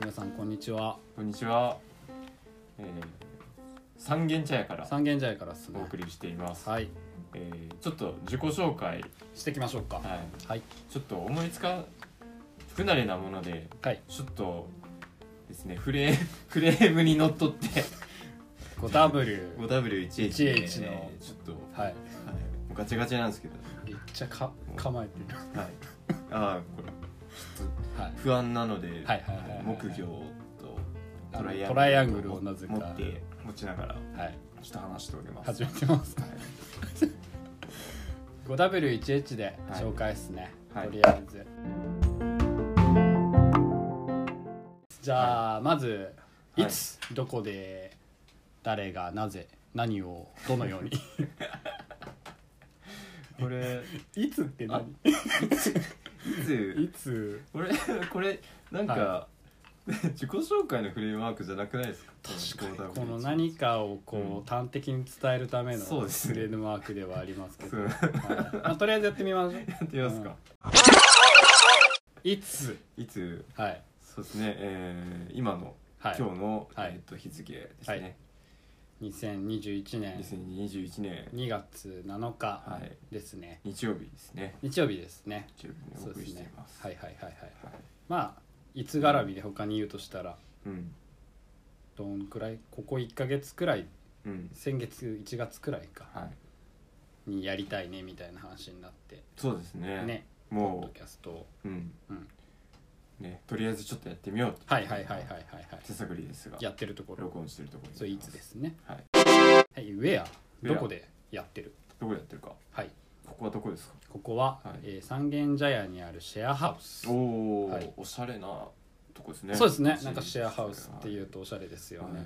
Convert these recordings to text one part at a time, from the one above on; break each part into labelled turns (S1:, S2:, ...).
S1: 皆さんこんにちは
S2: こんにちは、えー三軒茶屋から
S1: 三軒茶屋からです
S2: お
S1: ね
S2: 送りしています、
S1: はい
S2: えーちょっと自己紹介、
S1: していきましょうか
S2: は
S1: はい
S2: い、ちょっと思いつか不慣れなもので
S1: はい
S2: ちょっとですねフレー フレームにのっとって
S1: 5W
S2: 5W1H で、
S1: 1H の
S2: ちょっと、は
S1: はい
S2: い、もうガチャガチャなんですけど、
S1: めっちゃか構えてる
S2: はい、ああこれ
S1: はい
S2: 不安なので、
S1: はいはいはいはい
S2: 木魚と
S1: あ
S2: トライアングル
S1: のトライアングルをなぜか
S2: 持って持ちながら
S1: はい
S2: ちょっと話しております
S1: 始めてます
S2: はい
S1: 5W1H で紹介ですね、
S2: はい
S1: とりあえず、じゃあ、まず
S2: はい
S1: いつ、どこで誰がなぜ何をどの ように
S2: これ
S1: いつって
S2: 何いつ
S1: いつ
S2: これ これなんか、
S1: は
S2: 自己紹介のフレームワークじゃなくないですか
S1: 確かに
S2: こ
S1: こ
S2: の
S1: の
S2: 5W1
S1: 何かをこ
S2: うん
S1: う端的に伝えるための
S2: そうです
S1: フ
S2: ね
S1: レームワークではありますけ
S2: そ
S1: ど、
S2: う
S1: はい
S2: や
S1: まあ、とりあえずやってみましょ う
S2: ってみますか、
S1: いつ
S2: いつ
S1: はい
S2: そうですね、えー、今の、
S1: はい
S2: 今日の、
S1: はい
S2: えー、と日付ですね、
S1: 2021年
S2: 2021年、
S1: 2月7日
S2: はい、
S1: ですね
S2: 日曜日ですね
S1: 日曜日ですね
S2: 日曜日にお
S1: そう
S2: 送
S1: です
S2: りしてい
S1: ね
S2: ます
S1: はいはいはいはい
S2: はい
S1: まあいつ絡みで他に言うとしたら
S2: うん
S1: どんくらいここ1ヶ月くらい
S2: うん
S1: 先月1月くらいか
S2: はい
S1: にやりたいねみたいな話になって
S2: そうですね
S1: ねポッド
S2: も
S1: キャストを
S2: う、うん
S1: うん
S2: ね、とりあえずちょっとやってみようと
S1: はいはいはいはいはいはい
S2: 手探りですが
S1: やってるところ
S2: 録音してるところ
S1: それいつですすね
S2: はい
S1: はいウェアど
S2: Where？
S1: こでやってる
S2: どこでやってるか
S1: はい
S2: ここはどこですか
S1: ここは、
S2: はい
S1: えー三軒茶屋にあるシェアハウス
S2: おお、
S1: はい
S2: おしゃれなとこですね
S1: そうですねなんかシェアハウスっていううとおしゃれですよ
S2: は
S1: ね、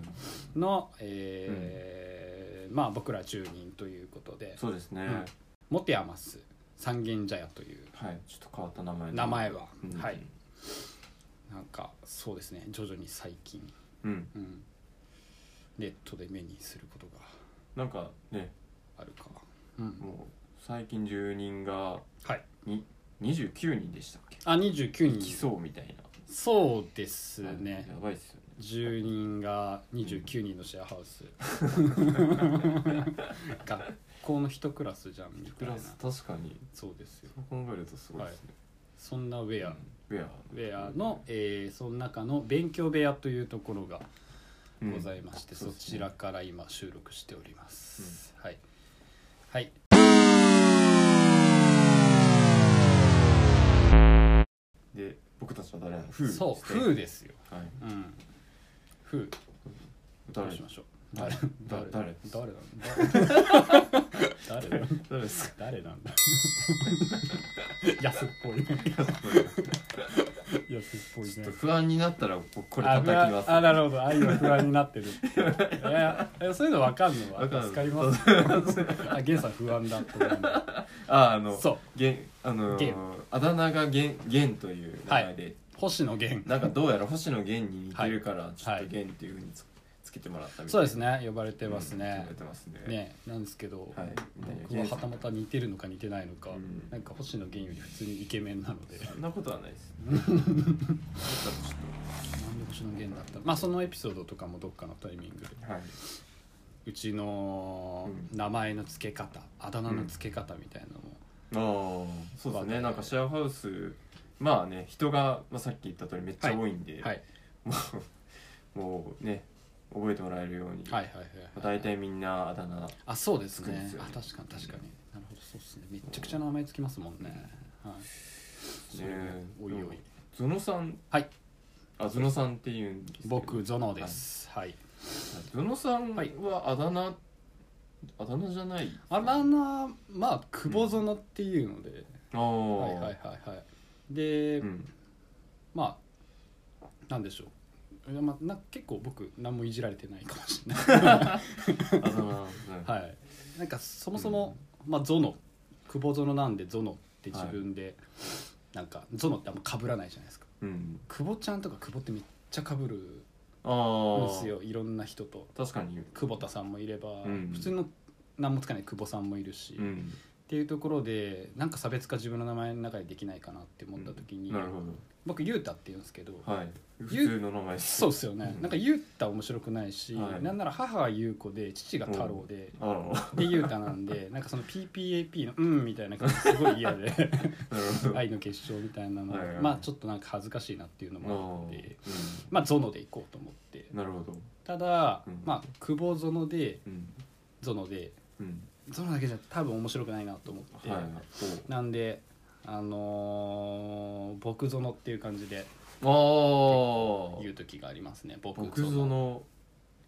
S2: い
S1: の、えーまあ僕ら10人ということで
S2: そうですね、
S1: うん持て余す三軒茶屋という
S2: はいちょっと変わった名前
S1: 名前は、
S2: うん
S1: はいなんかそうですね徐々に最近、
S2: うん
S1: うん、ネットで目にすることが
S2: なんかね
S1: あるか、うん、
S2: もう最近住人が
S1: はい
S2: に29人でしたっけ
S1: あ29
S2: 来
S1: 人
S2: そうみたいな
S1: そうです
S2: はい
S1: ね
S2: やばいっすよね
S1: 住人が29人のシェアハウス学校の一クラスじゃんみた
S2: ク
S1: いな
S2: ラス確かに
S1: そうですよ
S2: そう考えるとすごいですね、
S1: そんなウェア
S2: ウェア
S1: ウェアの、えーその中の勉強部屋というところがございまして、
S2: うん
S1: そ
S2: そうですね
S1: ちらから今収録しております、はいはい
S2: で僕たちは誰なのフー
S1: そう「
S2: ですね
S1: 風」ですよ
S2: はい
S1: 「うん、風」ど
S2: 誰
S1: うしましょう
S2: 誰
S1: 誰
S2: 誰
S1: 誰なん 誰 誰なん
S2: 誰ですか
S1: 誰 なんだ 安っぽいね安っぽい
S2: ちょっ
S1: ね
S2: と不安になったらここれ
S1: あ
S2: 叩きます、
S1: 不安あなるほどあ今不安になってるいやいやそういうの分かんのは
S2: わかんの
S1: 助かりますあゲンさん不安だと思うんだ
S2: ああの
S1: そう
S2: げんあのー
S1: ゲン
S2: あだ名がげんげんという名前で、
S1: 星野源
S2: なんかどうやら星野源に似てるから、ちょっ
S1: はい
S2: とげんっていうふうにつつけてもらったみたいな
S1: そうですね呼ばれてますね
S2: うん、つけてますね
S1: ねなんですけど、
S2: はい
S1: 僕ははたまた似てるのか似てないのか、
S2: うん
S1: なんか星野源より普通にイケメンなので
S2: そんなことはないです
S1: なんで星野源だったまあそのエピソードとかもどっかのタイミングで
S2: はいう
S1: ちの
S2: うん
S1: 名前の付け方あだ名の付け方みたいなのも、
S2: ああそうですねなんかシェアハウスまあね人が、まあ、さっき言った通りめっちゃ多いんで、
S1: はい、
S2: もう もうね覚えてもらえるように、
S1: はいはいはい
S2: まあ、
S1: はい
S2: 大体みんなあだ名
S1: あそうです
S2: つくん
S1: ね
S2: ですよ
S1: あ
S2: ね
S1: 確かに確かになるほどそうですねめっちゃくちゃ名前つきますもんね、はいそれも
S2: ね
S1: おいお
S2: で
S1: い
S2: もゾノさん
S1: はい
S2: あゾノさんっていうんですけど
S1: 僕ゾノですはい、
S2: ゾノさん
S1: はい
S2: はあだ名、あだ名じゃない
S1: あだ名まあ久保園っていうので、
S2: ああ
S1: はいはいはいはいで、
S2: うん
S1: まあなんでしょういやまあ、な結構僕何もいじられてないかもしれな い、
S2: あだ名い
S1: はい、なんかそもそも、まあ、ゾノ久保ゾノなんでゾノって自分で、なんかゾノってあんま被らないじゃないですか
S2: うん
S1: 久保ちゃんとか久保ってめっちゃ被るん
S2: ああ
S1: ですよいろんな人と
S2: 確かに
S1: 久保田さんもいれば、
S2: うん
S1: 普通の何もつかない久保さんもいるし、
S2: う
S1: っ
S2: ん、
S1: ていうところでなんか差別化自分の名前の中でできないかなって思った時に、
S2: なるほ
S1: 僕ユータって言うんですけど、
S2: どはい普
S1: ゆ
S2: 通の名前です
S1: そうですよね、
S2: うん
S1: なんかユータ面白くないし、
S2: はい
S1: なんなら母が優子で父が太郎で、
S2: ああ
S1: でユータなん でなんかその PPAP の「うん」みたいな感じすごい嫌で
S2: なるほど
S1: 愛の結晶みたいなの、
S2: はいはい
S1: まあちょっとなんか恥ずかしいなっていうの
S2: あ
S1: もあって
S2: ー
S1: まあゾノで行こうと思って
S2: うんなるほど
S1: ただ、
S2: うん
S1: まあ久保ゾノで
S2: うん
S1: ゾノで
S2: うん
S1: ゾノだけじゃ多分面白くないなと思って、
S2: はい
S1: なんであのー僕ゾノっていう感じで
S2: おあ
S1: 言う
S2: あ
S1: 時がありますね僕
S2: 木造の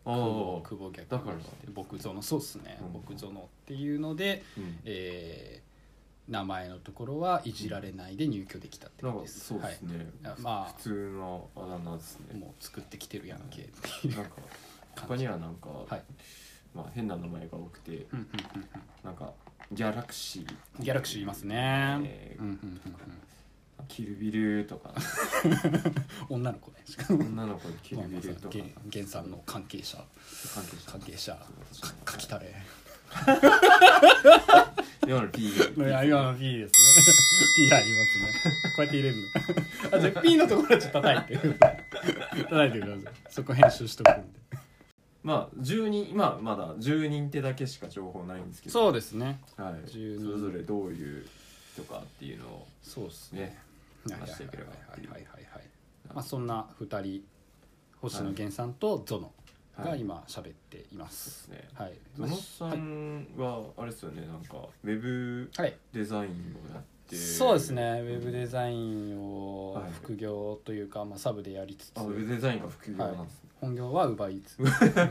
S2: ああ
S1: 久保久保逆
S2: だから
S1: にして僕ゾノそうっすね、
S2: うん
S1: 僕ゾノっていうので、
S2: うん
S1: えー名前のところはいじられないで入居できたって
S2: な
S1: 感
S2: ん
S1: じ
S2: か
S1: です
S2: そうですね、
S1: はい、ま
S2: 普通のあだ名です
S1: あ
S2: ね
S1: もう作ってきてるやんけっていう
S2: なんか他にはなんか、
S1: はい
S2: まあ、変な名前が多くて
S1: うんうんうんう
S2: なんかギャラクシー
S1: んギャラクシーいますね、
S2: えー
S1: うんうんうん
S2: キルビ ルとか
S1: うん、女の子ねしかも
S2: 女の子でキル
S1: まあま
S2: ビ
S1: あ
S2: ルとか
S1: ゲンゲンさんの関係者
S2: 関係者
S1: 関係者
S2: そう
S1: か
S2: そう
S1: かきたれ
S2: 今の P
S1: いや今の P ですね P 入りますねこうやって入れるのあじゃあ P のところちょっと叩いて叩いてくださいそこ編集しとくんで
S2: まあ10人今まだ10人ってだけしか情報ないんですけど、
S1: そうですね
S2: はい、そ
S1: 10
S2: れ
S1: 人
S2: ぞれどういう人かっていうのを
S1: そうです
S2: ね
S1: はいはい
S2: 話していければ
S1: はいはいはいはいはいまあそんな2人星野源さんとゾノが今喋っていま
S2: ですすね
S1: はい
S2: ゾノさんはあれですよねなんかウェブ
S1: はい
S2: デザインをやって
S1: そうですねウェブデザインを
S2: はい
S1: 副業というかまあサブでやりつつ
S2: あウェブデザインが副業なんですね、
S1: 本業は奪いつつ
S2: ウーバ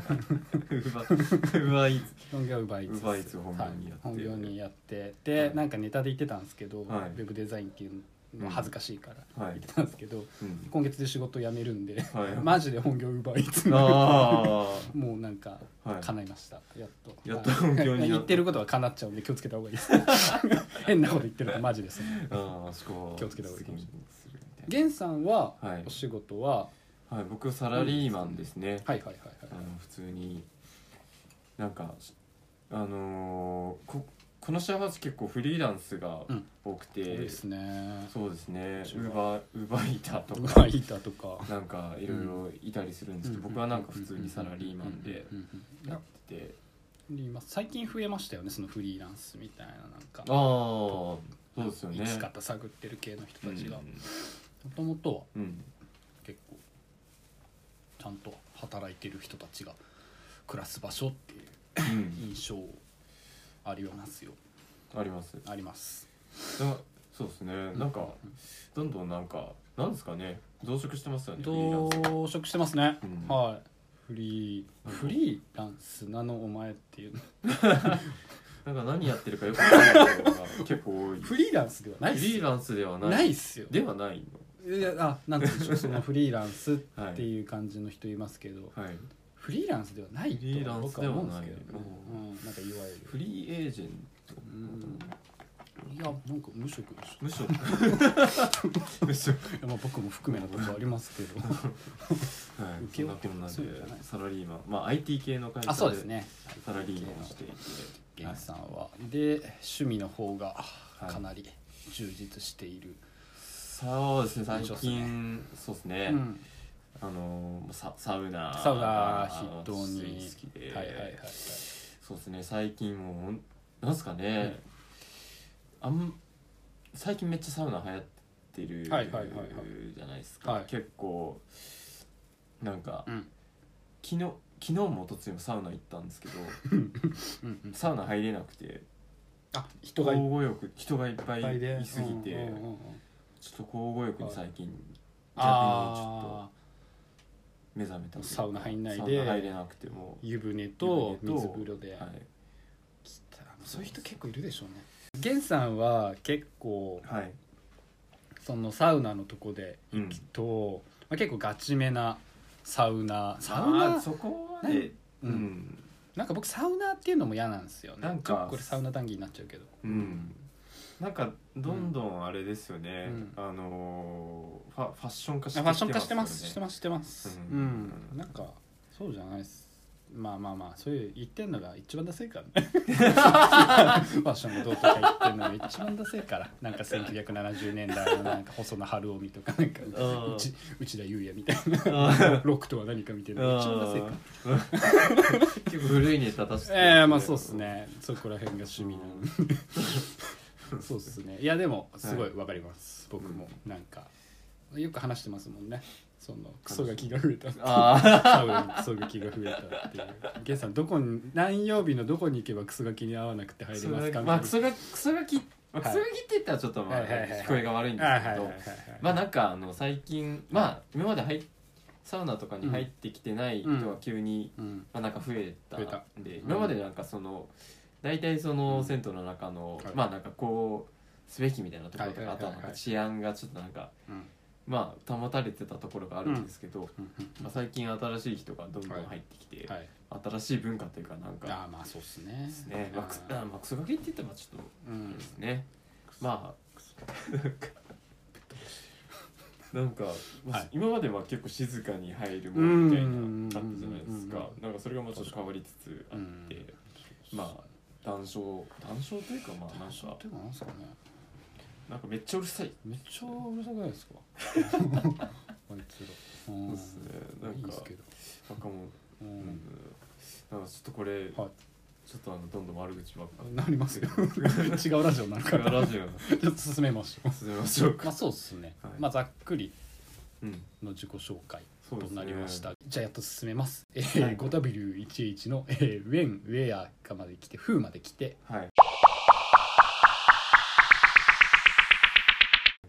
S2: ーイーツ
S1: 本業は奪いつつ
S2: Uber Eats 本業にやっ
S1: は
S2: て
S1: い、本業にやってで、
S2: はい
S1: なんかネタで言ってたんですけど、
S2: はい
S1: ウェブデザインっていうのは恥ずかしいから
S2: は
S1: 言
S2: い
S1: っ、てたんですけど、
S2: うん、
S1: 今月で仕事辞めるんで、
S2: はい
S1: マジで本業奪いつ
S2: あ
S1: もうなんか
S2: あはい
S1: 叶いました、やっと
S2: やっと
S1: はい
S2: 本業になった
S1: 言ってることは叶っちゃうんで気をつけた方がいい です変なこと言ってるとマジですね
S2: ああそこは
S1: 気をつけた方がいいかもし
S2: するみたい
S1: 源さんは、
S2: なはい
S1: お、仕事は
S2: はい、僕はサラリーマンですね、
S1: はいはいはい
S2: あ
S1: は
S2: の普通になんかあのーここのシェアハウス結構フリーランスが
S1: うん
S2: 多くて、
S1: い、そうですね
S2: そうですね
S1: ち
S2: ウ
S1: は
S2: ーバーウーバーイーターと
S1: 奪
S2: か
S1: いたとか
S2: なんかいろいろいたりするんですけど、僕はなんか普通にサラリーマンで
S1: うんうんうんうん
S2: やってて、
S1: 今最近増えましたよねそのフリーランスみたいななんか
S2: ああそうですよね
S1: 生き方探ってる系の人たちがも
S2: う
S1: ともとは
S2: ん、うん
S1: 結構ちゃんと働いてる人たちが暮らす場所っていう
S2: うん
S1: 印象ありますよ
S2: あります
S1: あります
S2: なそうですねなんかどんどんなんかなんですかね増殖してますよねフリーラン
S1: 同
S2: ス
S1: 職してますね、
S2: うん
S1: はいフリー
S2: なんか
S1: フリーランスなのお前っていう
S2: なんか何やってるかよくわからないことが結構多い
S1: フリーランスではないっ
S2: フ
S1: す
S2: リー
S1: よ
S2: ランスではない
S1: ないっすよ
S2: ではない
S1: いやあなんて言うんでしょうそのフリーランスっ
S2: のは
S1: て
S2: い、
S1: いう感じの人いますけど、
S2: はい、
S1: フリーランスではない
S2: フリー
S1: と
S2: ランス
S1: 僕
S2: で
S1: は
S2: は
S1: 思
S2: な
S1: う
S2: い
S1: んですけどね、うん、なんかいわゆ
S2: フ
S1: る
S2: リーエージェント
S1: うんいやなんか無職でし
S2: 無職無職
S1: ょいやまあ僕も含めなとこあります けど
S2: はい
S1: 受け
S2: そんな
S1: 負
S2: こ
S1: け
S2: んなんで
S1: そうじゃない
S2: サラリーマンまあ IT 系の会社
S1: あそうですね
S2: サラリーマンをしていて
S1: 源さんはで趣味の方が
S2: はい
S1: かなり充実している、
S2: そうですね最
S1: そうですね
S2: 近そうですね、
S1: うん
S2: あのササウナ
S1: サウナ筆頭
S2: 私
S1: に
S2: 好きで、
S1: はいはいはいはい
S2: そうですね最近もうほんなんすかね、あん最近めっちゃサウナ流行ってる
S1: はいはいはいはい
S2: じゃないですか、
S1: はい
S2: 結構なんか、
S1: うん
S2: 昨日昨日もとついもサウナ行ったんですけ ど
S1: うんうん
S2: サウナ入れなくて
S1: あ人
S2: 交
S1: がいっ
S2: 互浴人がいっぱい
S1: ぱいで
S2: いすぎて、
S1: うんうんうんうん
S2: ちょっと交互浴に最近、逆にちょっ
S1: あ
S2: と目覚めたというか
S1: サウナ入んないで
S2: サウナ入れなくても
S1: ー湯船と
S2: 湯船
S1: 水
S2: と
S1: 風呂で、
S2: はい
S1: きたそういう人結構いるでしょうね源さんは結構
S2: はい
S1: そのサウナのとこで
S2: うん
S1: と、まあ、結構ガチめなサウナサウ
S2: あー
S1: ナ
S2: そこまで
S1: う
S2: うんん
S1: なんか僕サウナーっていうのも嫌なんですよね
S2: なん
S1: ち
S2: か
S1: ょっとこれサウナ談義になっちゃうけど
S2: うんなんかどんどんあれですよね、
S1: うん
S2: あのーファファッション化して
S1: あファッション化してますして
S2: ま
S1: ますしてます
S2: う
S1: うんん、なんかそうじゃないですまあまあまあそういう言ってんのが一番ダセいからねファッションのどうとか言ってんのが一番ダセいからなんか1970年代のなんか細野晴臣とかなんか
S2: うん
S1: 内内田裕也みたい
S2: うん
S1: な ロックとは何かみたいなのが一番ダセい から
S2: 結構古いネタ出してる
S1: ええまあそうっすねそこら辺が趣味なんでそうっすねいやでもすごいわかります、僕もなんかよく話してますもんねそのクソガキが増えたっていう
S2: あ
S1: 多分クソガキが増えたっていうゲンさんどこに何曜日のどこに行けばクソガキに合わなくて
S2: あ
S1: 入れますかみたい
S2: まあ
S1: な
S2: クソガキクソガキまあク
S1: はい
S2: ソガキって言ったらちょっとまあ
S1: はいはいはいはい
S2: 聞こえが悪いんで
S1: あは
S2: す
S1: いはい
S2: け
S1: はい
S2: ど
S1: はい
S2: まあなんかあの最近まあ今まで入っサウナとかに入ってきてない人が急に
S1: うん
S2: まあなんか増えた
S1: 増えた
S2: んで
S1: うん
S2: 今までなんかその大体その銭湯の中の
S1: はい
S2: まあなんかこうすべきみたいなところと
S1: はいは
S2: か
S1: い
S2: あ
S1: はい
S2: と
S1: はい
S2: はなんか治安がちょっとなんか
S1: うん
S2: まあ保たれてたところがあるんですけど
S1: うん
S2: まあ最近新しい人がどんどん入ってきて
S1: はい
S2: 新しい文化というかなんか
S1: ああまあそうっすね
S2: ですね。まあ、くすあまあ、くそがけって言ってもちょっと
S1: うん
S2: ですね。まあ、なんか、まあ
S1: はい
S2: 今までは結構静かに入るもんみたい
S1: うん
S2: なあったじゃないですか
S1: う。
S2: なんかそれがまあちょっと変わりつつあって、まあ談笑談笑というかまあなんか
S1: でもなんすかね
S2: なんかめっちゃうるさい。
S1: めっちゃうるさくないですかあいつら
S2: そ
S1: うん
S2: うですね。なん
S1: いい
S2: か
S1: ですけど
S2: 若者、
S1: う
S2: うん
S1: ん、
S2: なんかちょっとこれちょ
S1: はい
S2: っとあのどんどん悪口ばっか。
S1: なりますよ違うラジオになるから
S2: ラジオ
S1: ちょっと進めましょう
S2: 進めましょう
S1: ま
S2: か。
S1: あそうっすね、
S2: はい
S1: まあざっくり
S2: うん。
S1: の自己紹介
S2: そうで
S1: と
S2: すね
S1: なりました、じゃあやっと進めます、え
S2: は
S1: ー
S2: い
S1: 5W11 の、えー、ウェンウェアかまで来てフーまで来て
S2: はい。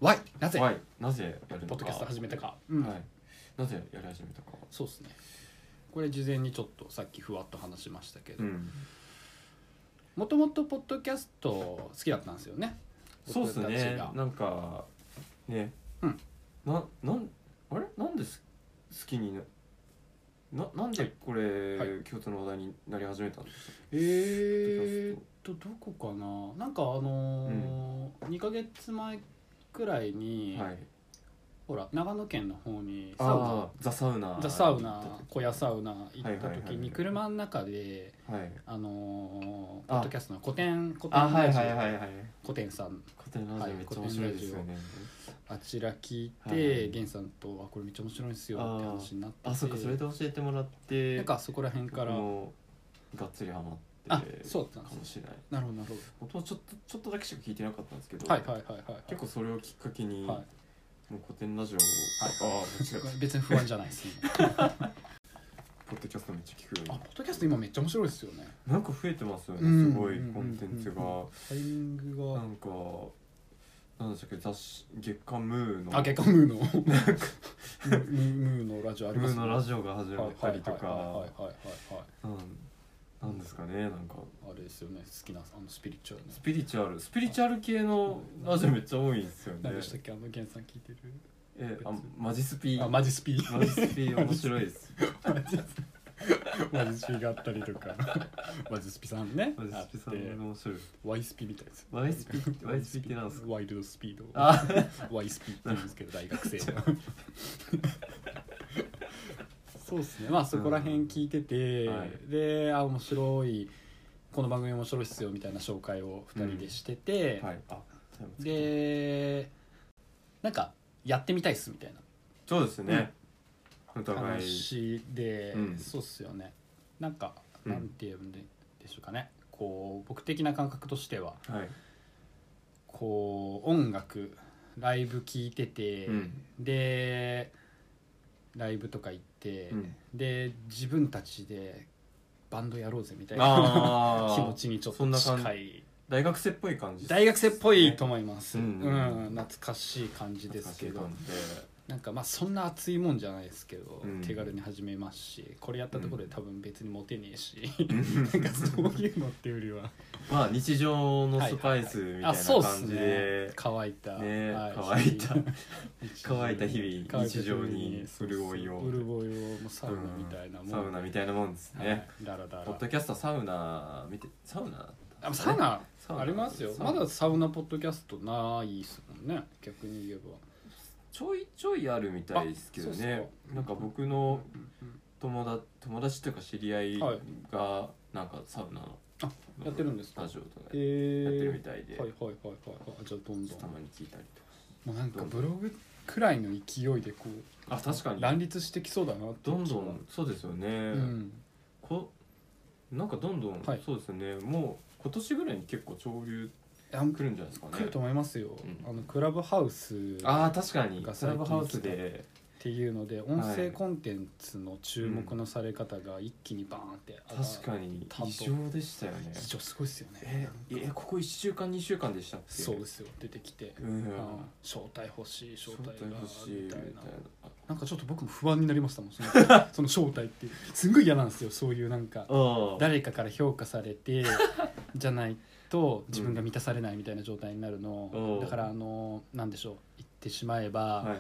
S1: Why なぜ
S2: はい、なぜやるのか
S1: ポッドキャスト始めたか、うん
S2: はい、なぜやり始めたか
S1: そうっすねこれ事前にちょっとさっきふわっと話しましたけど
S2: ん
S1: もともとポッドキャスト好きだったんですよね
S2: そうです
S1: 僕たち
S2: ね
S1: が
S2: なんかね
S1: うん
S2: ななんあれなんです好きになななんでこれ、
S1: はい
S2: 共通の話題になり始めたんですか
S1: えー、っとどこかななんかあのー2ヶ月前くらいに、
S2: はい
S1: ほら長野県の方にサウ
S2: あ
S1: ナ
S2: ーザ・サウナ
S1: ザ・サウナ小屋サウナ行
S2: はい
S1: っ
S2: はい
S1: た
S2: はい
S1: 時に車の中で
S2: はい
S1: あのー
S2: あ
S1: ポッドキャストの古典古
S2: あ
S1: 典
S2: はい
S1: ラジ
S2: はい
S1: オ
S2: はいはい
S1: 古典さん
S2: 古典ラジオめっちゃ面白いですよね、
S1: あちら聞い
S2: はいは
S1: て
S2: い
S1: 源さんと「あこれめっちゃ面白いんですよ」
S2: あー
S1: って話になってて
S2: あそうかそれで教えてもらって
S1: なんかそこら辺から
S2: 僕もがっつりハマって
S1: あそうだったんで
S2: か
S1: す
S2: もしれない
S1: なるほどなるほ
S2: 僕もちょっとちょっとだけしか聞いてなかったんですけど、
S1: どはいはいはいはい
S2: 結構それをきっかけに、
S1: はい
S2: もう古典ラジオを、
S1: はい
S2: ああ間違え
S1: 別に不安じゃないですね
S2: たポッドキャストめっちゃ聞くように
S1: あポッドキャスト今めっちゃ面白いですよね
S2: なんか増えてますよね、
S1: うん
S2: すごい
S1: うん
S2: コンテンツが、
S1: うんタイミング
S2: なんかなんでしたっけ雑誌月刊ムーの
S1: があ結果ムーのムームーのラジオあり
S2: ム
S1: ま
S2: ー
S1: す
S2: のラジオが始
S1: オ
S2: まったりと
S1: はいはい
S2: か
S1: はいはいはい
S2: うんなんですかねなんか
S1: あれですよね好きなあのスピリチュアル
S2: スピリチュアルスピリチュアル系のラジオめっちゃ多いんですよね
S1: 何でしたっけあのゲンさん聞いてる
S2: えあマジスピ
S1: あマジスピ
S2: マジスピ面白いです
S1: マジスピマジスピがあったりとかマジスピさんね
S2: マジスピさ
S1: あって
S2: んも面白い
S1: ワイスピみたいです
S2: ワイスピワイスピってなんですか
S1: ワイルドスピード
S2: あ
S1: ワイスピって言うんですけど大学生のそうですねまあそこら辺聞いてて、
S2: うんはい
S1: であ面白いこの番組面白いっすよみたいな紹介を2人でしてて、
S2: はいあ
S1: でなんかやってみたいっすみたい
S2: そうですね、お
S1: な
S2: 互い
S1: 話で、
S2: うん
S1: そうっすよねなんか
S2: うん
S1: なんて言うんででしょうかねこう僕的な感覚としては
S2: はい、
S1: こう音楽ライブ聴いてて、
S2: うん
S1: でライブとか行って、
S2: うん
S1: で自分たちでバンドやろうぜみたいな
S2: あー
S1: 気持ちにちょっ
S2: そ
S1: と
S2: んな感じ
S1: 近い
S2: 大学生っぽい感じ
S1: 大学生っぽいと思います、
S2: うん
S1: うん懐かしい感じですけど
S2: 懐かしい感
S1: なんかまあそんな熱いもんじゃないですけど、
S2: うん
S1: 手軽に始めますしこれやったところで多分別にモテねえ し、
S2: うん
S1: なんかそういうのっていうよりは
S2: じでまあ日常のスパイスみたい
S1: あ
S2: な
S1: そうっす
S2: 感じ
S1: ね
S2: で
S1: 乾いた、
S2: ね
S1: はい
S2: 乾い た
S1: 日常
S2: 乾いた日々
S1: 乾いた
S2: 日常に潤いを
S1: そうそう潤いをもうサウナみたいなもん、
S2: サウナみたいなもんですね、
S1: はい、だらだら
S2: ポッドキャストサウナ見てサウナだったん
S1: あ
S2: です
S1: サ
S2: ね
S1: ウナ
S2: サウナ
S1: ありますよ
S2: サウ
S1: ま
S2: ナ
S1: だサウナポッドキャストないっすもんね逆に言えば
S2: ちょいちょいあるみたいですけど
S1: あそうっ
S2: ね
S1: す
S2: なんか僕の
S1: うん
S2: 友達友達というか知り合い
S1: はい
S2: がなんかサウナの
S1: やってるんですか
S2: ラジオとか
S1: へ
S2: やってるみ
S1: え
S2: たいで、
S1: はいはいはいはいあじゃあどんどん
S2: たまに聞いたりと
S1: もうなんかブログくらいの勢いでこう
S2: かあ確かに
S1: 乱立してきそうだなって
S2: どん
S1: 気
S2: ど
S1: は
S2: んそうですよね、
S1: うん
S2: こなんかどんどん、
S1: はい
S2: そうですねもう今年ぐらいに結構潮流
S1: いや
S2: 来るんじゃないですかね
S1: 来ると思いますよ
S2: うん
S1: あのクラブハウス
S2: ああ確かに
S1: が
S2: クラブハウスで
S1: っていうので音声コンテンツの注目のされ方が一気にバーンって
S2: 確かに
S1: 担当
S2: 異常でしたよね
S1: 以上すごいですよ
S2: え
S1: ね
S2: えここ1週間2週間でしたっけ
S1: そうですよ出てきて
S2: うん
S1: あ招待欲しい招
S2: 招
S1: 待
S2: 待
S1: が
S2: 欲しい
S1: み
S2: み
S1: た
S2: た
S1: い
S2: い
S1: な
S2: な
S1: なんかちょっと僕も不安になりましたもんその その招待っていうすんごい嫌なんですよそういうなんか
S2: ああ
S1: 誰かから評価され てじゃないと自分が満たされないみたいな状態になるの
S2: おう
S1: だからあのなんでしょう言ってしまえば、
S2: はい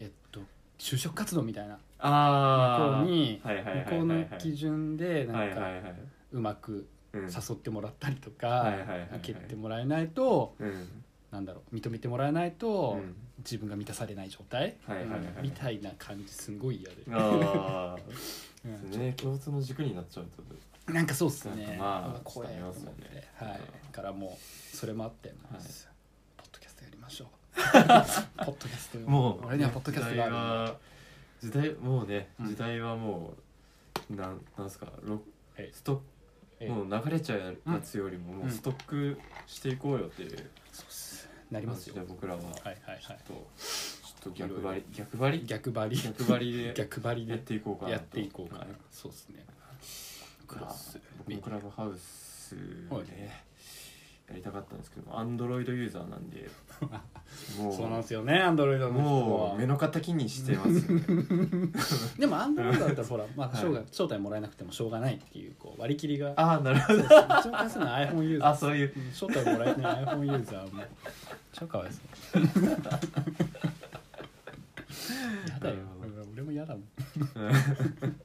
S1: えっと就職活動みたいな
S2: あ
S1: 向こ
S2: あ
S1: うに
S2: はいはいはい
S1: 向
S2: はい
S1: こうの基準でな
S2: はい
S1: ん
S2: はい
S1: か
S2: はいはいう
S1: まく
S2: うん
S1: 誘ってもらったりと
S2: は
S1: か
S2: いはいはいはい
S1: 受けてもらえないと
S2: うん
S1: なんだろう認めてもらえないと
S2: うん
S1: 自分が満たされない状態
S2: はいはいはいはい
S1: うんみたいな感じすんごい嫌で
S2: あ
S1: う
S2: あ
S1: ん
S2: ね共通の軸になっちゃうと
S1: なんかそうっす
S2: なん
S1: ね
S2: かまあ
S1: うわ怖いと思って
S2: 伝わりますよね
S1: はい
S2: うん
S1: だからもうそれもあってもう
S2: はい
S1: ポッドキャストやりましょうポ ッドキャスト
S2: もう
S1: 俺にはポッドキャストがあ
S2: 時代は時代もうね
S1: うん
S2: 時代はもうなんなんすかロ
S1: はい
S2: スト
S1: るええ
S2: もう流れちゃうやつよりももうストックしていこうよっていう
S1: そうっすなり
S2: 感
S1: ますよ
S2: じで
S1: はい
S2: 僕らはちょ
S1: は
S2: っ
S1: いはい
S2: とちょっと逆張り逆張り
S1: 逆張り
S2: 逆張りで
S1: 逆張り
S2: やっ
S1: で
S2: ていこうかなと
S1: やっていこうかな
S2: はい
S1: そうっすねク
S2: ク
S1: ロ
S2: ラ
S1: ス
S2: 僕もクラブハウス
S1: はい
S2: でやりたかったんですけどアンドロイドユーザーなんでもう
S1: そうなんですよねアンドロイドの人
S2: も
S1: は
S2: う目の敵にしてますよね
S1: でもアンドロイドだったらほらまあ
S2: はい
S1: 生涯招待もらえなくてもしょうがないっていうこう割り切りが
S2: ああなるほ
S1: そう
S2: ど
S1: ですうちの会社の iPhone ユーザー
S2: あそういう
S1: うん招待もらえてない iPhone ユーザーも超かわいそうやだよ
S2: なる
S1: 俺も嫌だもん
S2: うん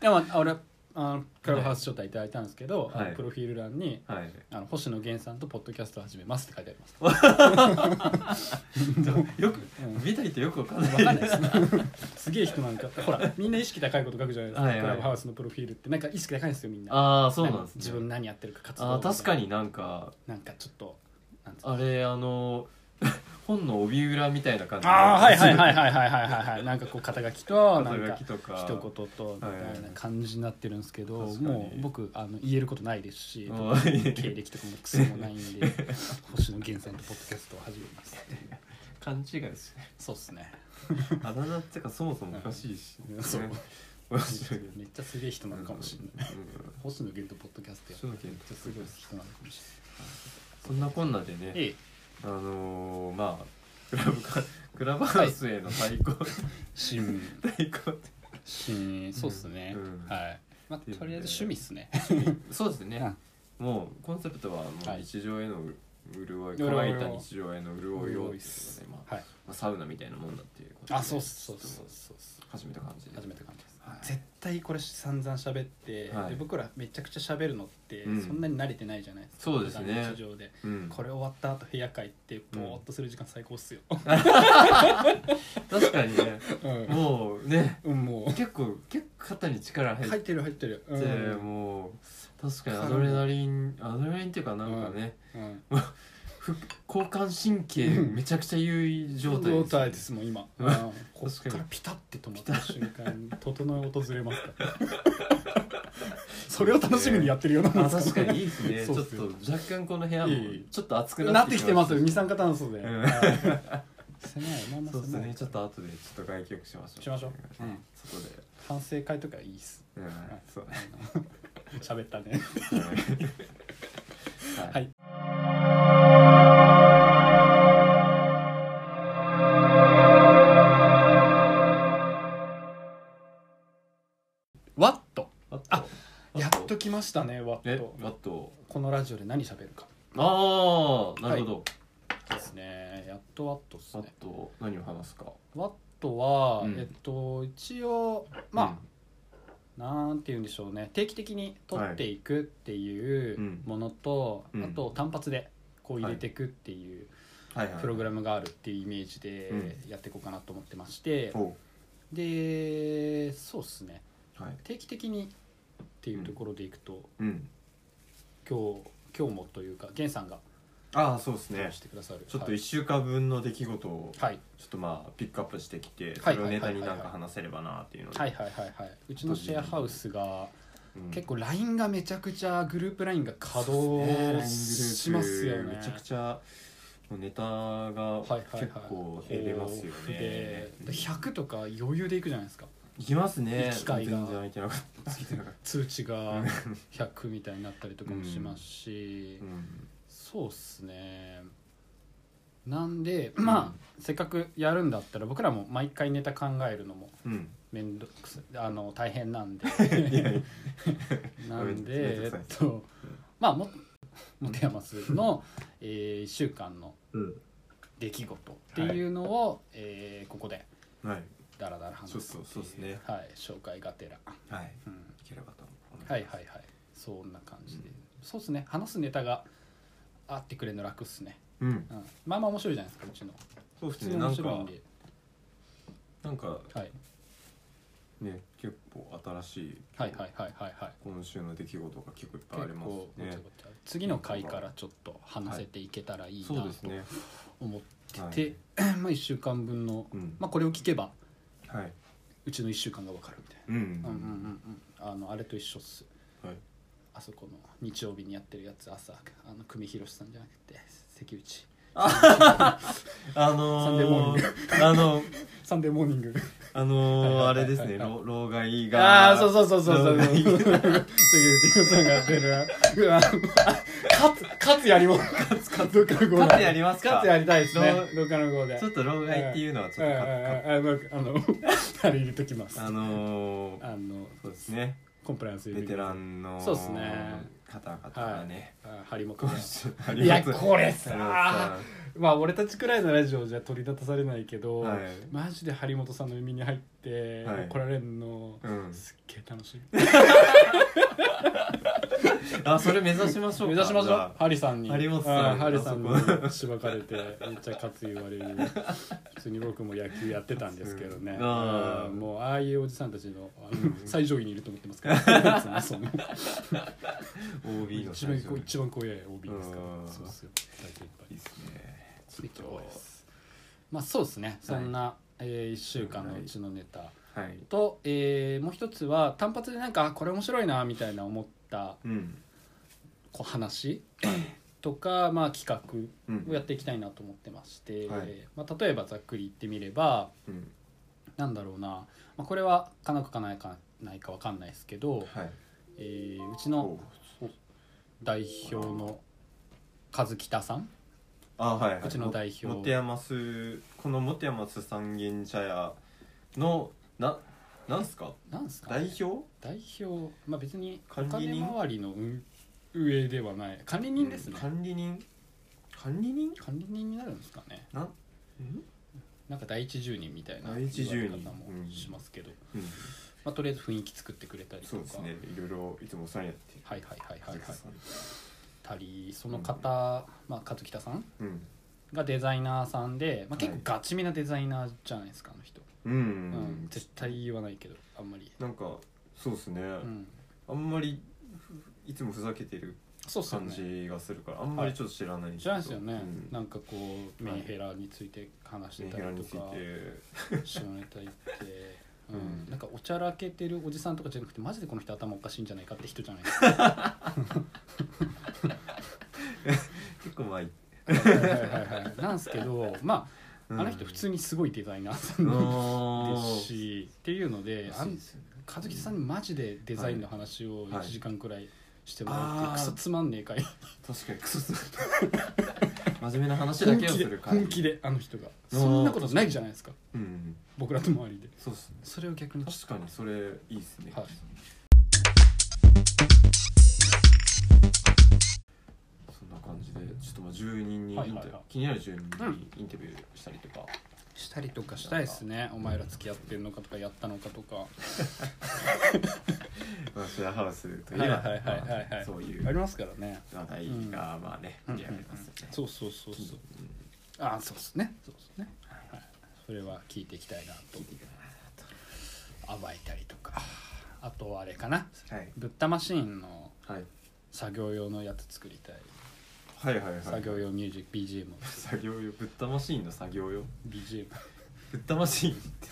S1: でもあ俺あのクラブハウス招待いただいたんですけど、
S2: はい
S1: あのプロフィール欄に
S2: はい
S1: あの星野源さんとポッドキャストを始めますって書いてあります。
S2: よく
S1: うん
S2: 見たいってよくわかんない
S1: わかんないですね。すげえ人なんか、ほら、みんな意識高いこと書くじゃないですか。
S2: はいはい
S1: クラブハウスのプロフィールって、なんか意識高いんですよ、みんな。
S2: ああそうなんですね
S1: 自分何やってるか活動
S2: ああ
S1: みたいな
S2: 確かになんか
S1: なんかちょっとなんつうの
S2: あれあの 本の帯裏みたいな感じ
S1: あーはいはいはいはいはいはいはいはいなんかこう肩書きとなん
S2: 肩
S1: か
S2: 書きとか
S1: 一言とみたいな感じになってるんですけど、
S2: はいはい
S1: もう僕あの言えることないですし
S2: あー
S1: 僕の経歴とかもクソもないん で星野源さんとポッドキャストを始めます
S2: 勘違いですね
S1: そうっすね
S2: あだ名ってかそもそもおかしいし
S1: うんそう
S2: 面白いけど
S1: めっちゃすげえ人なのかもしれない、
S2: うん
S1: 星野源とポッドキャストや
S2: 星野源
S1: めっちゃすごい人なのかもし
S2: そんなこんなでね
S1: れないええ
S2: あのー、まあクラブかクラブハウスへの対抗、
S1: 新
S2: 対抗って
S1: 新そうっすね、
S2: うん
S1: はいまあ、とりあえず趣味っすね。
S2: そうです ねもうコンセプトはも
S1: は
S2: う
S1: い
S2: 日常へのう潤い
S1: 潤いを
S2: 乾いた日常への潤いをっていうので、まあ
S1: はい。
S2: まあ、サウナみたいなもんだっていうことで
S1: あ、そうっす、そうっす、そうっすそうっす。
S2: 始めた感じで
S1: 初めて感じです、
S2: はい
S1: 絶対これ散々喋って、
S2: はい
S1: で僕らめちゃくちゃ喋るのって
S2: うん
S1: そんなに慣れてないじゃないですか、
S2: そうですね
S1: 普段の日常で
S2: うん、
S1: これ終わった後部屋帰ってぼーっとする時間最高っすよ、
S2: 確かにね
S1: う
S2: もうね
S1: ん、も
S2: 結構結構肩に力
S1: う
S2: 入
S1: 入
S2: っ
S1: ってる入ってる、う
S2: て、
S1: ん
S2: もう確かに
S1: 体
S2: アドレナリンアドレナリンっていうかなんかね、
S1: うん、
S2: 副交感神経めちゃくちゃ優位状態
S1: 状態ですもん今、
S2: うん
S1: うんこっ
S2: 確かに
S1: からピタッて止まった瞬間に整い訪れます からそれを楽しみにやってるようなもん
S2: あ
S1: です
S2: 確かにいいですねち
S1: そう
S2: ょ
S1: っ
S2: っ
S1: すよ
S2: と若干この部屋も
S1: いい
S2: ちょっと熱く
S1: なってきてます
S2: ね
S1: 二酸化炭素で、
S2: うん
S1: はい狭いまあまあ
S2: そうです
S1: 狭い
S2: ねちょっと後でちょっと外局しましょう
S1: しましょううん
S2: 外で
S1: 反省会とかいいっす
S2: うんそうね
S1: 喋ったね
S2: はい
S1: はいワット
S2: ワット
S1: あ
S2: ワ
S1: や
S2: ット
S1: っときましたねワッ
S2: え
S1: ト
S2: ワット
S1: このラジオで何喋るか
S2: ああなるほど、
S1: ですねやっとワットです
S2: ワッ
S1: ね
S2: ト何を話すか
S1: ワットは、
S2: うん
S1: えっと一応まあ、なんて言うんでしょうね定期的に取っていくってい
S2: はいう
S1: うんものと、
S2: うん
S1: あと単発でこう入れていくっていう
S2: あ、はいはい、
S1: プログ
S2: ラ
S1: ラムがあるっていうイメージで
S2: う
S1: やっていこうかなと思ってまして、
S2: ム
S1: でそうっすね
S2: はい
S1: 定期的にっていうところでいくと、
S2: うん
S1: 今日今日もというか源さんが
S2: ああそうですね
S1: してくださる、
S2: ちょっと
S1: はい
S2: 1週間分の出来事を
S1: はい
S2: ちょっとまあピックアップしてきてそ
S1: はい
S2: れをネタに
S1: はいはいは
S2: な
S1: い
S2: んか話せればなっていうので、
S1: はいはいはいはいうちのシェアハウスが
S2: うん
S1: 結構 LINE がめちゃくちゃグループ LINE が稼
S2: そうですね LINE
S1: 働
S2: グループ
S1: しますよね
S2: めちゃくちゃもうネタが
S1: はいはいはい
S2: 結構減れますよね、
S1: で
S2: うん
S1: 100とか余裕でいくじゃないですか
S2: いきますね
S1: 機会が
S2: 全然空いてなか った空いてなかっ
S1: 通知が100みたいになったりとかもしますし、
S2: たうん
S1: そうっすねなんでまあ、せっかくやるんだったら僕らも毎回ネタ考えるのも
S2: うん
S1: 面倒くさあの大変なん で
S2: いやいや
S1: なんで
S2: ごめんな
S1: え
S2: さい
S1: っとまあも持山すの、え1週間の
S2: うん
S1: 出来事っていうのを、えーここで
S2: はい
S1: ダラダラ話す
S2: そうそうそうっすね
S1: はい紹介がてら、
S2: はい
S1: うん、
S2: いければと思
S1: はいはいはいそんな感じで、そうっすね話すネタがあってくれるの楽っすね、
S2: うん
S1: うん、まあまあ面白いじゃないですかうちの
S2: そうで
S1: 普通
S2: すね
S1: に
S2: な
S1: 面
S2: ん
S1: 白いん
S2: か
S1: で
S2: なんか
S1: はい
S2: ね結構新しい
S1: はいはいはいはいはい
S2: 今週の出来事が結構いっぱいあり
S1: 結
S2: ます
S1: 構
S2: ね
S1: 次の回からちょっと話せていけたらいいな
S2: そう
S1: と
S2: ですね
S1: 思って
S2: はい
S1: て、 まあ1週間分の、
S2: うん
S1: まあ、これを聞けば
S2: はい。
S1: うちの1週間が分かるみたいな
S2: うん。
S1: うんうんうんうんあのあれと一緒っす
S2: はい。
S1: あそこの日曜日にやってるやつ朝あの久米宏さんじゃなくて関内
S2: あ
S1: サンデーモー
S2: の
S1: ニ
S2: ー、 あの、
S1: サンデーモーニング
S2: あのー、
S1: は
S2: あ
S1: いはいはいはい
S2: れですね、老老害が。
S1: ああーそうそうそうそうそう
S2: 老
S1: そう
S2: 害
S1: そうそうさんが出 るうわ勝つ勝つやりも勝つ勝つ
S2: 勝つやりますか
S1: 勝つやりたいですね
S2: どう
S1: どっかの号で
S2: ちょっと老害っていうのはちょっとか、か
S1: ああのあのあれ入れときます
S2: あのー、
S1: あの
S2: そうですね、
S1: コンプライアンス
S2: ベテラ
S1: ン
S2: ンの
S1: そうっすね
S2: 方々がね。
S1: 張りもく
S2: ご
S1: ん
S2: 視聴あ
S1: い
S2: りが
S1: や
S2: とう
S1: これ
S2: あり
S1: さ まあ俺たちくらいのラジオじゃ取り立たされないけど、
S2: はい
S1: マジで張本さんの耳に入って、
S2: はい
S1: 来られるの、
S2: がとううん。
S1: すっげえ楽しい
S2: あ、 それ目指しましょう
S1: 目
S2: か。
S1: 指しまし
S2: じ
S1: ょ
S2: ゃ
S1: うハリさんに
S2: 張本さん
S1: あハリさん
S2: あそ
S1: にしばかれてめっちゃ勝つ言われる普通に僕も野球やってたんですけどね
S2: うんあー
S1: うんもうああいうおじさんたちのあの
S2: うん
S1: 最上位にいると思ってます からその
S2: あ OB の
S1: 一
S2: 最
S1: 番
S2: 初
S1: こう
S2: に
S1: 一番怖い OB ですから
S2: うん
S1: そうっすよ大先
S2: いい
S1: 輩
S2: っすね。
S1: 素敵ですまあそうですねそんな1週間のうちのネタ
S2: はい。
S1: とえーもう一つは単発でなんかあこれ面白いなみたいな思った
S2: うん。
S1: こう話とかまあ企画
S2: うん
S1: をやっていきたいなと思ってまして、
S2: はい
S1: まあ、例えばざっくり言ってみれば
S2: うん。
S1: なんだろうな、まあ、これはかなくかないかないかわかんないですけど、
S2: はい。
S1: えーうちの
S2: お
S1: 代表の和北さん
S2: あはい、はい、
S1: うちの代表
S2: ももてやますこのもてやます三軒茶屋のななんすか
S1: なんですかね、
S2: 代表
S1: 代表まあ別にお
S2: 管理
S1: 金
S2: 人
S1: 周りの運上ではない管理人ですね、
S2: 管理人管理人
S1: 管理人になるんですかね
S2: なん
S1: なんか第一住人みたいな
S2: 第一住人
S1: 言われ方もしますけど、
S2: うん
S1: まあ、とりあえず雰囲気作ってくれたりとか
S2: そうですねいろいろいつもお世話になってる
S1: はいはいはいはいはい
S2: さん
S1: たりその方、まあ、和北さん
S2: うん
S1: がデザイナーさんで、まあ、結構
S2: はい
S1: ガチめなデザイナーじゃないですかあの人、
S2: うん、
S1: うん絶対言わないけどあんまり、
S2: なんかそうですね、
S1: うん、
S2: あんまりふいつもふざけてる
S1: そうっすよ
S2: 感
S1: ね
S2: じがするから、あんまりちょっと知らない
S1: じゃないですよね、
S2: うん、
S1: なんかこうメンヘラについて話して
S2: メン
S1: た
S2: ヘラ
S1: り
S2: に
S1: と
S2: ついて
S1: か下ネタ言って、うん
S2: うん
S1: なんかおちゃらけてるおじさんとかじゃなくてマジでこの人頭おかしいんじゃないかって人じゃないですか
S2: 結構まあい
S1: はいはいはいはいなんですけどまあ、
S2: うん
S1: あの人普通にすごいデザイナーさ
S2: うん
S1: なん
S2: ーん
S1: ですしっていうのであん
S2: すよね
S1: 和樹さんにマジでデザインの話を
S2: は
S1: 1
S2: い
S1: 時間くらいしてもらって、
S2: あー
S1: クソつまんねえかい
S2: 確かにクソす 真面目な話だ
S1: 本
S2: けを
S1: 気
S2: す
S1: で
S2: る会
S1: 本気であの人が
S2: あー
S1: そんなことないじゃないですか
S2: うん
S1: 僕らの周りで
S2: そうっすね
S1: それを逆に
S2: 確かにそれいいっすね
S1: はい
S2: そんな感じでちょっとまあ住人にインタ
S1: はい
S2: ビュー、
S1: はいはい
S2: 気になる住人
S1: うん
S2: にインタビューしたりとか、
S1: したりとかしたいですねお前ら付き合ってんのかとかやったのかとか
S2: まあ、シェアハウスといえば、
S1: はいはいはいはい
S2: ま
S1: は
S2: あ
S1: い
S2: そうい
S1: あり
S2: う
S1: ますからね
S2: 話題がまあね、
S1: うん
S2: 盛り上がりますよね、
S1: そうそうそう
S2: うん
S1: そうああそうっすねそうっすね
S2: はい
S1: それは聞いていきたいなと
S2: 聞いていかなと
S1: 暴いたりとかあとはあれかな
S3: はい
S1: ぶったマシーンの
S2: はい
S1: 作業用のやつ作りたい
S2: はいはいはい
S1: 作業用ミュージック BGM を
S2: 作業用ぶったマシーンの作業用
S1: BGM
S2: ぶったマシーンって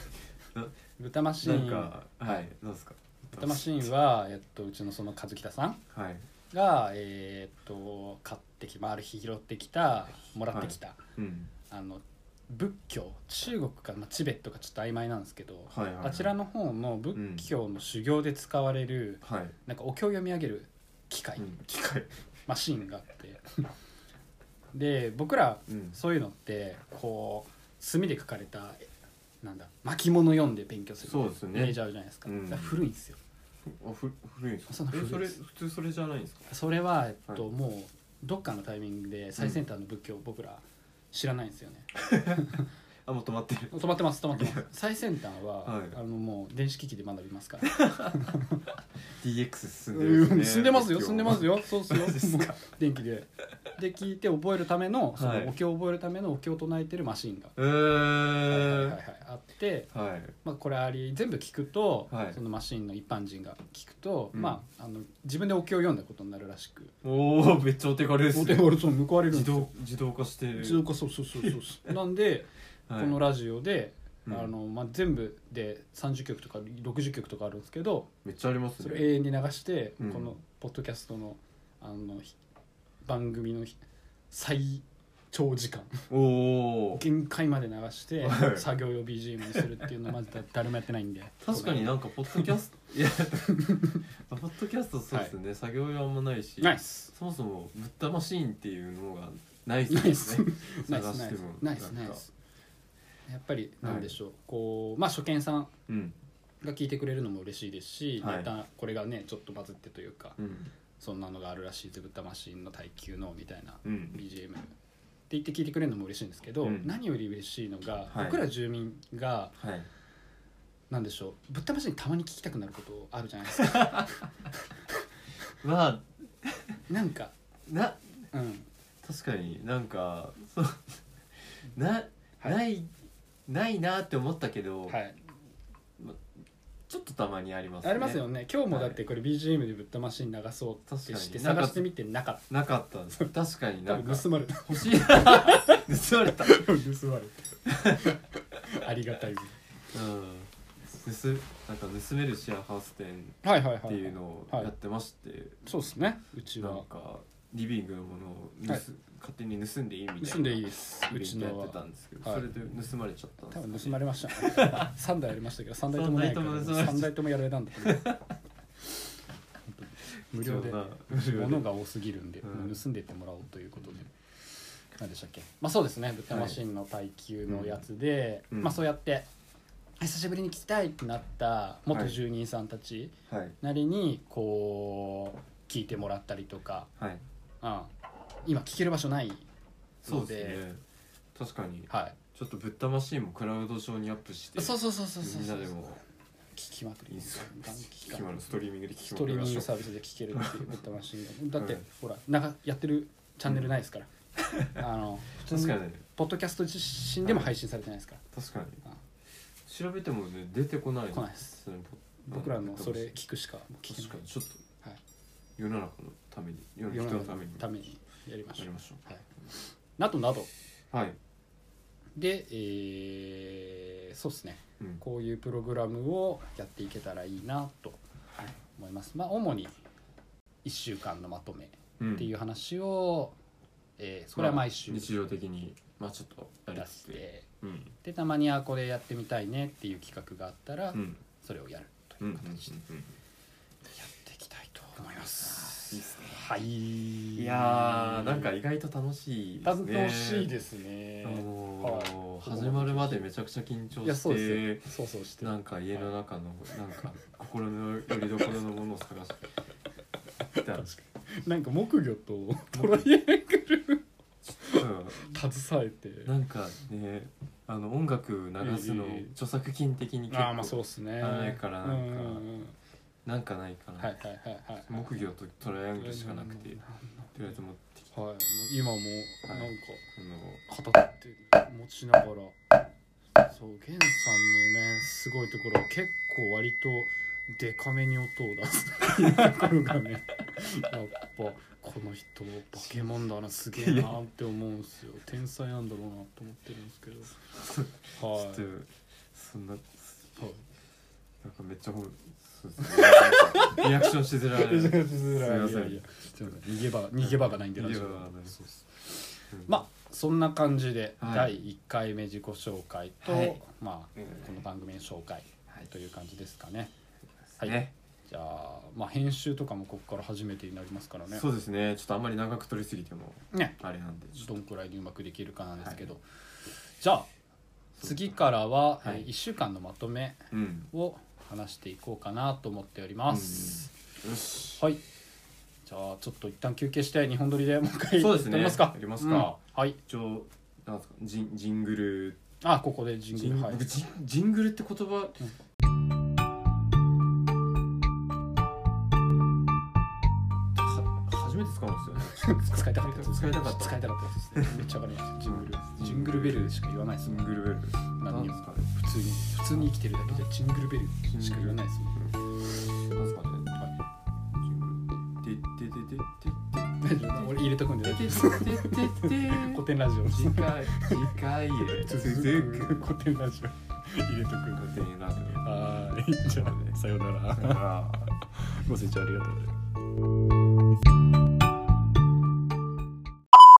S1: ぶたマシ
S2: なん
S1: ーン
S2: かはいなんですか
S1: ぶたマシーンは、えっと、うちのその和北さん
S2: はい
S1: が、えーっと買ってき、まあ、ある日拾ってきたもらってきた、
S2: うん
S1: あの仏教中国か、まあ、チベットかちょっと曖昧なんですけど、
S2: はいはいはい
S1: あちらの方の仏教の修行で使われる、
S2: はい
S1: なんかお経を読み上げる機械、
S2: うん機械
S1: マシンがあってで僕ら
S2: うん
S1: そういうのってこう墨で書かれたえなんだ巻物読んで勉強する
S2: そうですよね
S1: イメージあるじゃないですか,、
S2: うん
S1: 古いんですよ
S2: あふ古いんですか
S1: そんな
S2: えそ
S1: 古い
S2: れ
S1: です
S2: 普通それじゃないんですか
S1: それは、えっと
S2: はい
S1: もうどっかのタイミングで最先端の仏教を僕ら知らないんですよね、
S2: あもう止まってる
S1: 止まってます止まってます最先端は、
S2: はい
S1: あのもう電子機器で学びますから
S2: DX 進んでる
S1: うん進んでますよ進んでます
S2: よ
S1: よそうっすよ
S2: マジっすか
S1: もう電気でで聞いて覚えるためのそ
S2: はい
S1: のお経を覚えるためのお経を唱えてるマシンが、
S2: え
S1: はいはいはいは
S2: ー
S1: い、あって
S2: はい
S1: まあ、これあり全部聞くと、
S2: はい
S1: そのマシンの一般人が聞くと、
S2: うん
S1: まあ、あの自分でお経を読んだことになるらしく
S2: おおめっちゃお手軽です
S1: お
S2: ね
S1: 手軽そう報われるん
S2: 自
S1: ですよ
S2: 動自動化してる
S1: 自動化そうそうそうそうそうなんで、
S2: はい
S1: このラジオで、
S2: うん
S1: あのまあ、全部で30曲とか60曲とかあるんですけど
S2: めっちゃあります
S1: それ
S2: ね
S1: 永遠に流して、
S2: うん
S1: このポッドキャストのあのひ番組のひ最長時間
S2: おお
S1: 限界まで流して、
S2: はい
S1: 作業用 BGM にするっていうのはまずだ誰もやってないん で
S2: 確かになんかポッドキャストいやポッドキャストそうですね、作業用あんまないし
S1: ナイス
S2: そもそもぶったマシーンっていうのがない
S1: ナ
S2: で
S1: イ
S2: す
S1: ス
S2: ね
S1: ナイス
S2: 探しても
S1: ナイスナイスナ
S2: な
S1: イ
S2: んか
S1: スやっぱりなんでしょう、こうまあ初見さん
S2: うん
S1: が聞いてくれるのも嬉しいですし、
S2: はい
S1: またこれがねちょっとバズってというか、
S2: うん
S1: そんなのがあるらしいぜぶったマシンの耐久のみたいな
S2: うん
S1: BGM って言って聞いてくれるのも嬉しいんですけど、
S2: うん
S1: 何より嬉しいのが、
S2: はい
S1: 僕ら住民が
S2: はい
S1: なんでしょうぶったましにたまに聞きたくなることあるじゃないです か
S2: まあ
S1: なんか
S2: な
S1: うん
S2: 確かになんか そうな、ないないなって思ったけど、
S1: はい
S2: ちょっとたまにあります
S1: ありますよね今日もだってこれ BGM でぶったましに流そうってして
S2: 確かに
S1: 探してみてなかっ
S2: なかったです確かに
S1: た
S2: な
S1: 多
S2: んか
S1: 分盗まれた
S2: 欲しい 盗まれた
S1: 盗まれた ありがたいぜ
S2: うん、盗なんか盗めるシェアハウス店
S1: はいはいはい、
S2: っていうのを
S1: は
S2: や
S1: い
S2: ってまして、
S1: そうですねうち
S2: な
S1: は
S2: んかリビングのものを盗、
S1: はい
S2: 勝手に盗んでいいみたいな
S1: 盗んでいいです
S2: イ
S1: う
S2: ベン
S1: ち
S2: トや
S1: の
S2: っ
S1: は
S2: てたんですけど、
S1: はい
S2: それで盗まれちゃったんです
S1: 多
S2: よね、
S1: 分盗まれました、ね、3台あり ましたけど3台ともないから
S2: 三台とも盗まれた
S1: 3台ともやられたんだけど本当に無料で
S2: そうだ無料で
S1: 物が多すぎるんで、
S2: うん
S1: 盗んでってもらおうということで何でしたっけまあそうですねブッダマシンの耐久のやつで、
S2: うん
S1: まあそうやって久しぶりに聞きたいってなった元住人さんたち
S2: はい
S1: なりにこう聞いてもらったりとか、
S2: はい
S1: うん、今聞ける場所ない
S2: そうですね確かに
S1: はい
S2: ちょっとぶったマシーンもクラウド上にアップして
S1: そうそうそうそうそう
S2: みんなでも
S1: 聞きまく
S2: イ
S1: り
S2: ンス
S1: ガン聞きま
S2: 今
S1: く
S2: の
S1: り
S2: ストリーミングで聞き
S1: ス
S2: ま
S1: ト
S2: く
S1: リ
S2: り
S1: ー
S2: ま
S1: ミン
S2: しょ
S1: グ
S2: う
S1: サービスで聞けるっていうぶったマシンがだって、
S2: うん
S1: ほらなんかやってるチャンネルない ですから、あの普
S2: 確
S1: 通
S2: か
S1: に
S2: に
S1: ポッドキャスト自身でも配信されてないですから、
S2: 確かに
S1: あ
S2: 調べてもね出てこない
S1: 来ないです
S2: そのポ
S1: 僕らのそれ
S2: 確
S1: 聞くしかもう聞け
S2: か
S1: ない
S2: にちょっと
S1: はい
S2: 世の中のために世の
S1: 世
S2: 人
S1: の
S2: の
S1: 中
S2: ために
S1: のためにやりまし
S2: や
S1: ょ
S2: り
S1: う
S2: ましょ
S1: はい、などなど
S2: うはい
S1: で、えーそうですね
S2: うん
S1: こういうプログラムをやっていけたらいいなと思います、まあ主に1週間のまとめ
S2: うん
S1: っていう話を、えーそれは毎週
S2: まあ
S1: 出
S2: 日常的にまあちょっとやりつ
S1: し
S2: つ
S1: て。
S2: うん
S1: でたまにあこれやってみたいねっていう企画があったら、
S2: うん
S1: それをやると
S2: うんう
S1: い
S2: ん
S1: う
S2: うん
S1: 形でやっていきたいと思います、
S2: いいっすね
S1: はい
S2: いやーなんか意外と楽しいですね
S1: 楽しいですすね
S2: あのー
S1: はい
S2: 始まるまでめちゃくちゃ緊張
S1: いや
S2: し
S1: そう
S2: て
S1: ですよそうそうしてる
S2: なんか家の中のなんか心のよりどころのものを探してた、うん、
S1: 確かになんか木魚とトライアングル携えて
S2: なんかねあの音楽流すの
S1: いえいえいえ
S2: 著作権的に結
S1: ああまあそう
S2: 構
S1: ですね
S2: あれからなんか
S1: うんうんうん
S2: なんかないかな、
S1: はいはいはいはい
S2: 木魚とトライアングルしかなくて
S1: はい
S2: とりあえず持ってきて
S1: もう今もなんか
S2: あの
S1: 片手持ちながらそう源さんのねすごいところは結構割とデカめに音を出すっていうところがね やっぱこの人バケモンだなすげえなって思うんですよ天才なんだろうなと思ってるんですけどはい
S2: ちょっとそんな
S1: はい
S2: なんかめっちゃほんそうですねリアクションしづら
S1: い
S2: い
S1: やしづらい
S2: すいま
S1: い
S2: せん
S1: やいやちょっと逃げ場逃げ場がないんで
S2: 逃
S1: ラ
S2: げ
S1: ジオ
S2: 場がない
S1: そうっす
S2: うん
S1: まあそんな感じで、
S2: はい
S1: 第1回目自己紹介と、
S2: はい
S1: まあ
S2: うん
S1: この番組の紹介
S2: はい
S1: という感じですかね
S2: はいね
S1: じゃあまあ編集とかもここから初めてになりますからね
S2: そうですねちょっとあんまり長く取りすぎても
S1: ね
S2: あれなんでちょっ
S1: どんくらいにうまくできるかなんですけど、じゃあ
S2: そう
S1: 次からは、
S2: はい
S1: 1週間のまとめ
S2: とうん
S1: を話していこうかなと思っております、
S2: よし
S1: はいじゃあちょっと一旦休憩して日本撮りでもう一回
S2: そうですね
S1: やりますか
S2: やりますか
S1: うんはい
S2: 一応なんですかジンジングル
S1: あここでジン
S2: ジ
S1: グル
S2: ン,、
S1: はい
S2: 僕ジンジングルって言葉、は初めて使うんですよね
S1: 使いたかったやつ
S2: 使いたかった
S1: 使いたかったやつですねめっちゃわかりますジングルジングルベルしか言わないです
S2: ジ
S1: も
S2: ン
S1: ん
S2: グルベル
S1: 何に
S2: で
S1: も
S2: すかね
S1: 普通に普通に生きてるだけじゃジングルベルしか言わないですもん
S2: なんですかねジングルでででででで
S1: 大丈夫俺入れとくんで大丈夫です古典ラジオ
S2: 次回次回へ続く
S1: 古典ラジオ入れとくんで
S2: 古典ラジ
S1: はー いじゃあねさような
S2: オだ
S1: ら
S2: から
S1: ご清聴ありがとうございます